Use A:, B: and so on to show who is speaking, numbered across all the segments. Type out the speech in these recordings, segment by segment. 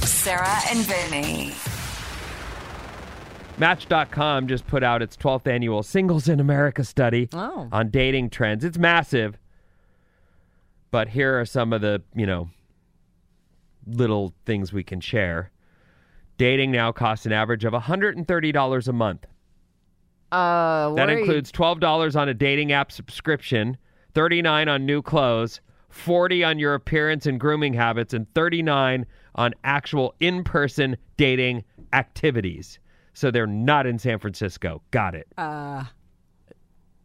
A: Sarah and Vinny.
B: Match.com just put out its 12th annual Singles in America study
C: Oh.
B: on dating trends. It's massive. But here are some of the, you know, little things we can share. Dating now costs an average of $130 a month.
C: Uh,
B: That
C: worried.
B: includes $12 on a dating app subscription, 39 on new clothes, 40 on your appearance and grooming habits and 39 on actual in-person dating activities. So they're not in San Francisco. Got it.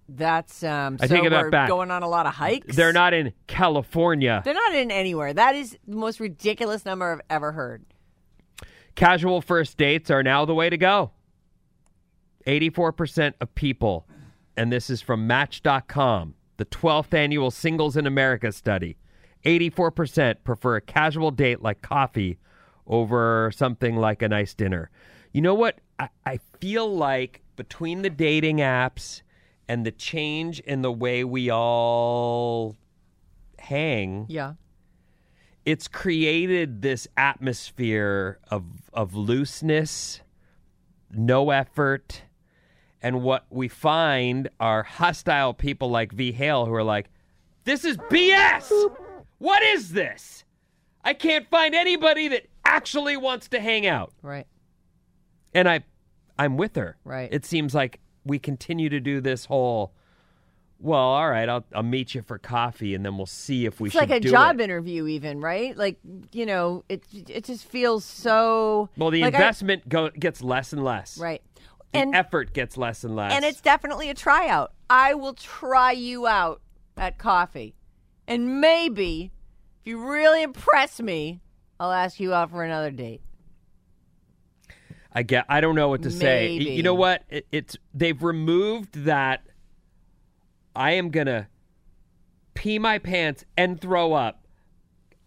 C: That's um.
B: I
C: so
B: take it
C: we're
B: back.
C: Going on a lot of hikes.
B: They're not in California.
C: They're not in anywhere. That is the most ridiculous number I've ever heard.
B: Casual first dates are now the way to go. 84% of people, and this is from Match.com, the 12th annual Singles in America study, 84% prefer a casual date like coffee over something like a nice dinner. You know what? I, I feel like between the dating apps and the change in the way we all hang,
C: Yeah.
B: it's created this atmosphere of of looseness, no effort, and what we find are hostile people like V. Hale who are like, "This is BS. What is this? I can't find anybody that actually wants to hang out."
C: Right.
B: And I, I'm with her.
C: Right.
B: It seems like we continue to do this whole. Well, all right, I'll, I'll meet you for coffee, and then we'll see if we
C: It's
B: should
C: like a
B: do
C: job
B: it.
C: interview, even right? Like you know, it it just feels so.
B: Well, the
C: like I-
B: investment go, gets less and less.
C: right.
B: The
C: And
B: effort gets less and less.
C: and it's definitely a tryout. I will try you out at coffee, and maybe if you really impress me, I'll ask you out for another date.
B: I get. I don't know what to say. Y- You know
C: Maybe.
B: what? It, it's they've removed that. I am gonna pee my pants and throw up.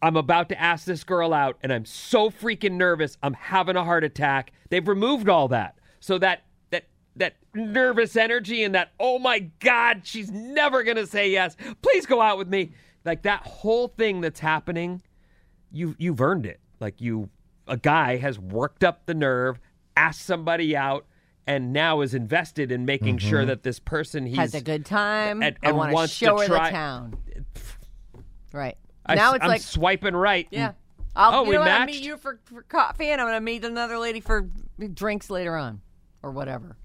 B: I'm about to ask this girl out, and I'm so freaking nervous. I'm having a heart attack. They've removed all that, so that that that nervous energy and that oh my god, she's never gonna say yes. Please go out with me. Like that whole thing that's happening. you you've earned it. Like you, a guy has worked up the nerve, asked somebody out, and now is invested in making sure that this person he's
C: Mm-hmm. Has a good time.
B: and-
C: I
B: and
C: want
B: wants to
C: show her
B: try-
C: the town. Right
B: I,
C: now,
B: s-
C: it's
B: I'm
C: like
B: swiping right.
C: Yeah.
B: and
C: I'll,
B: Oh,
C: you
B: we
C: know what, I'll meet
B: matched?
C: you for, for coffee, and I'm going to meet another lady for drinks later on, or whatever.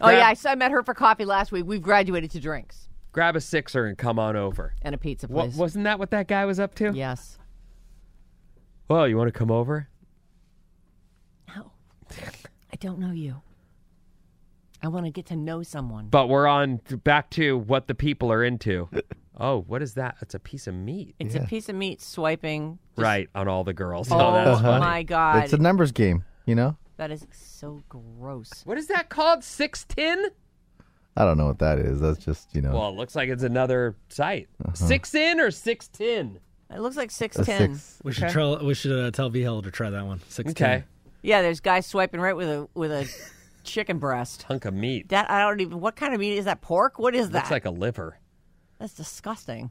C: Oh
B: Grab-
C: yeah, I, s- I met her for coffee last week. We've graduated to drinks
B: Grab a sixer and come on over.
C: and a pizza
B: What,
C: place.
B: wasn't that what that guy was up to?
C: Yes.
B: Well, you want to come over?
C: No, I don't know you. I want to get to know someone.
B: But we're on to- back to what the people are into. oh, what is that? It's a piece of meat.
C: It's a
D: Yeah.
C: piece of meat swiping.
B: right on all the girls.
C: Oh,
B: Oh, that's funny.
C: my god,
D: It's a numbers game, you know?
C: that is so gross.
B: What is that called? Six ten?
D: I don't know what that is. That's just, you know,
B: Well, it looks like it's another site.
C: Uh-huh.
B: Six in or six ten?
C: It looks like six
D: a
C: ten.
D: six.
E: We should
B: Okay.
E: try, we should uh, tell Vihel to try that one. Six
B: Okay,
C: Yeah, there's guys swiping right with a with a chicken breast.
B: hunk of meat.
C: That I don't even. What kind of meat is that? Pork? What is that?
B: Looks like a liver.
C: That's disgusting.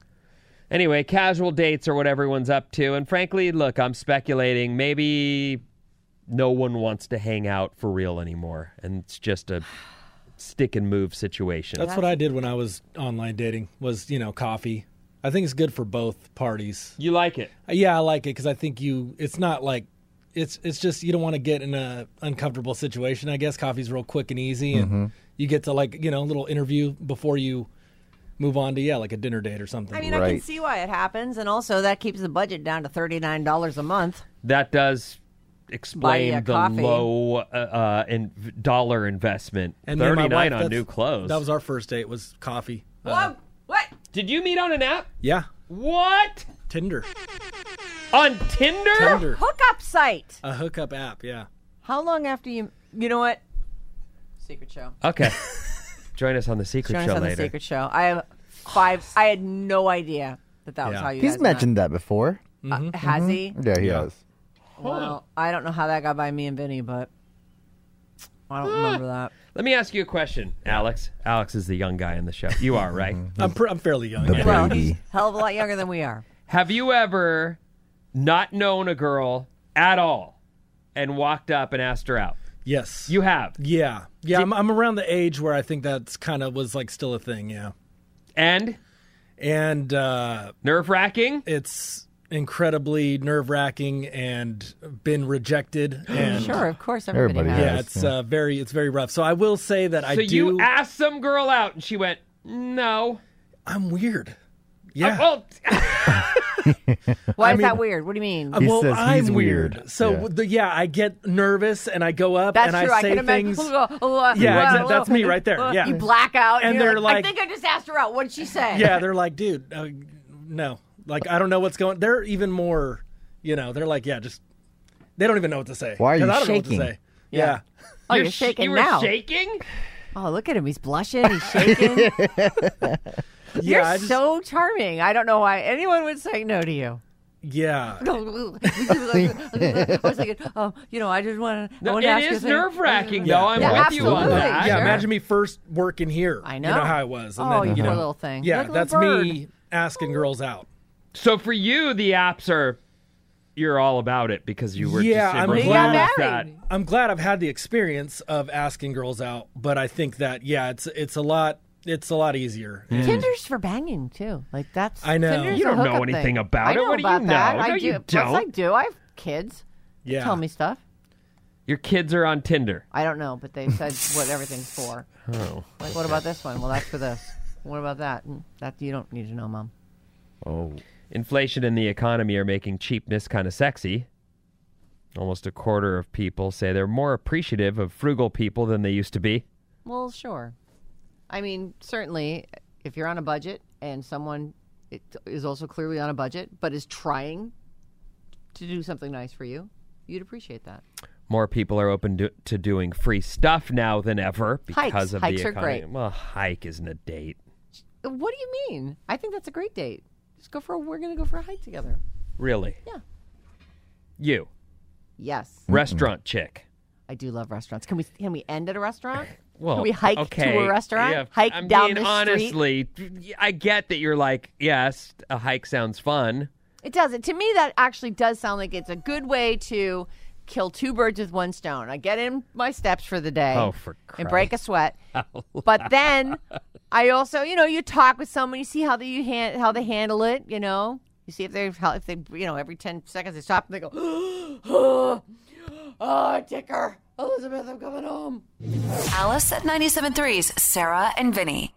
B: Anyway, casual dates are what everyone's up to. And frankly, look, I'm speculating. Maybe no one wants to hang out for real anymore. And it's just a stick and move situation.
E: That's what I did when I was online dating. Was you know coffee. I think it's good for both parties.
B: you like it.
E: Yeah, I like it because I think you. It's not like. It's it's just you don't want to get in a uncomfortable situation. I guess coffee's real quick and easy, and
B: Mm-hmm.
E: you get to like you know a little interview before you move on to yeah like a dinner date or something.
C: I mean, I can
D: Right.
C: see why it happens, and also that keeps the budget down to thirty nine dollars a month.
B: That does
C: Buy you a
B: explain the
C: coffee.
B: low uh, uh, in dollar investment.
E: and me and my
B: 39
E: wife,
B: on
E: that's-
B: new clothes.
E: That was our first date was coffee. Uh,
C: Whoa! Oh, What?
B: Did you meet on an app?
E: yeah,
B: What?
E: Tinder,
B: On Tinder?
E: Tinder,
C: Hookup site.
E: a hookup app. Yeah.
C: How long after you? You know what? Secret show.
B: Okay. Join us on the secret
C: Join us
B: show
C: on
B: later.
C: the secret show. I have five. I had no idea that that was
E: Yeah.
C: how you.
D: He's
C: guys
D: mentioned that before.
C: Met. Uh, has he?
D: Yeah, he has.
C: Well, I don't know how that got by me and Vinny, but I don't remember that.
B: Let me ask you a question, Alex. Alex is the young guy in the show. You are, right?
E: I'm pr- I'm fairly young.
D: The
E: yeah.
C: Well,
D: baby.
C: he's a hell of a lot younger than we are.
B: Have you ever not known a girl at all? and walked up and asked her out?
E: Yes.
B: You have.
E: Yeah. Yeah. I'm, I'm around the age where I think that's kind of was like still a thing. Yeah.
B: And
E: And uh,
B: nerve wracking?
E: it's incredibly nerve wracking and been rejected. And
C: Sure, of course, everybody, has.
D: Everybody
E: Yeah. It's uh, very, it's very rough. So I will say that I
B: So
E: do.
B: you asked some girl out and she went, no.
E: I'm weird. Yeah.
C: Oh,
B: Well,
C: Why is that weird? What do you mean?
E: Uh,
D: He
E: well,
D: says
E: I'm
D: he's
E: weird.
D: weird.
E: So
D: Yeah.
E: yeah. The, yeah, I get nervous and I go up
C: That's
E: and I
C: true. I,
E: say
C: can imagine.
E: things. exact- that's me right there. Yeah.
C: You black out,
E: And
C: and, you're
E: they're like-
C: "I think I just asked her out. What did she say?"
E: yeah, they're like, dude, uh, no, like I don't know what's going. They're even more, you know, they're like, yeah, just they don't even know what to say.
D: Why are
E: 'Cause
D: you
E: I don't
D: shaking?
E: Know what to say. Yeah.
C: Oh, you're,
B: you're sh-
C: shaking
B: you were
C: now.
B: shaking?
C: oh, look at him. He's blushing. He's shaking.
E: yeah,
C: you're
E: I just-
C: so charming. I don't know why anyone would say no to you.
E: yeah.
C: I was like, oh, you know, I just want to.
B: No,
C: want
B: it
C: to ask
B: is
C: you a thing."
B: nerve wracking,
E: Yeah.
B: though. I'm
E: Yeah,
B: with you on
C: absolutely.
B: that.
E: yeah,
C: sure.
E: imagine me first working here.
C: I
E: You
C: know.
E: know how I was. And
C: Oh,
E: then,
C: you
E: you
C: poor
E: know,
C: little thing.
E: Yeah,
C: Look, little
E: that's me
C: bird.
E: asking girls out.
B: So for you, the apps are you're all about it because you were
E: Yeah,
B: just
E: I'm
B: in
E: glad-
B: mean,
E: He got
B: that.
C: married.
E: I'm glad I've had the experience of asking girls out, but I think that yeah, it's it's a lot it's a lot easier. And
C: Tinder's for banging too. Like that's
E: I know.
C: Tinder's
E: You
C: a
B: don't know
C: hookup
B: anything
C: thing.
B: about
C: I
B: it.
C: Know
B: What do you
C: about that.
B: know?
C: I
B: No,
C: do.
B: you
C: Plus, I
B: don't.
C: do. I have kids.
E: yeah.
C: Tell me stuff.
B: Your kids are on Tinder.
C: I don't know, but they said what everything's for.
B: Oh.
C: Like, what about this one? Well, that's for this. What about that? Mm, That you don't need to know, mom.
D: Oh,
B: Inflation and the economy are making cheapness kind of sexy. Almost a quarter of people say they're more appreciative of frugal people than they used to be.
C: Well, sure. I mean, certainly, if you're on a budget and someone it- is also clearly on a budget, but is trying to do something nice for you, you'd appreciate that.
B: More people are open to, to doing free stuff now than ever because
C: Hikes.
B: of
C: Hikes
B: the
C: are
B: economy.
C: great.
B: Well, hike isn't a date.
C: What do you mean? I think that's a great date. Just go for a, we're going to go for a hike together.
B: Really?
C: Yeah.
B: You,
C: Yes.
B: restaurant chick.
C: I do love restaurants. Can we can we end at a restaurant?
B: Well,
C: can we hike to
B: okay,
C: a restaurant?
B: yeah,
C: hike
B: I
C: down
B: mean,
C: the street.
B: honestly, I get that you're like, yes, a hike sounds fun.
C: It does. It to me that actually does sound like it's a good way to kill two birds with one stone. I get in my steps for the day.
B: Oh, for
C: and break a sweat. but then I also, you know, you talk with someone, you see how they you hand, how they handle it, you know. You see if they how if they you know every 10 seconds they stop and they go, "Oh, oh ticker. Elizabeth, I'm coming home."
A: Alice at 97.3's Sarah and Vinny.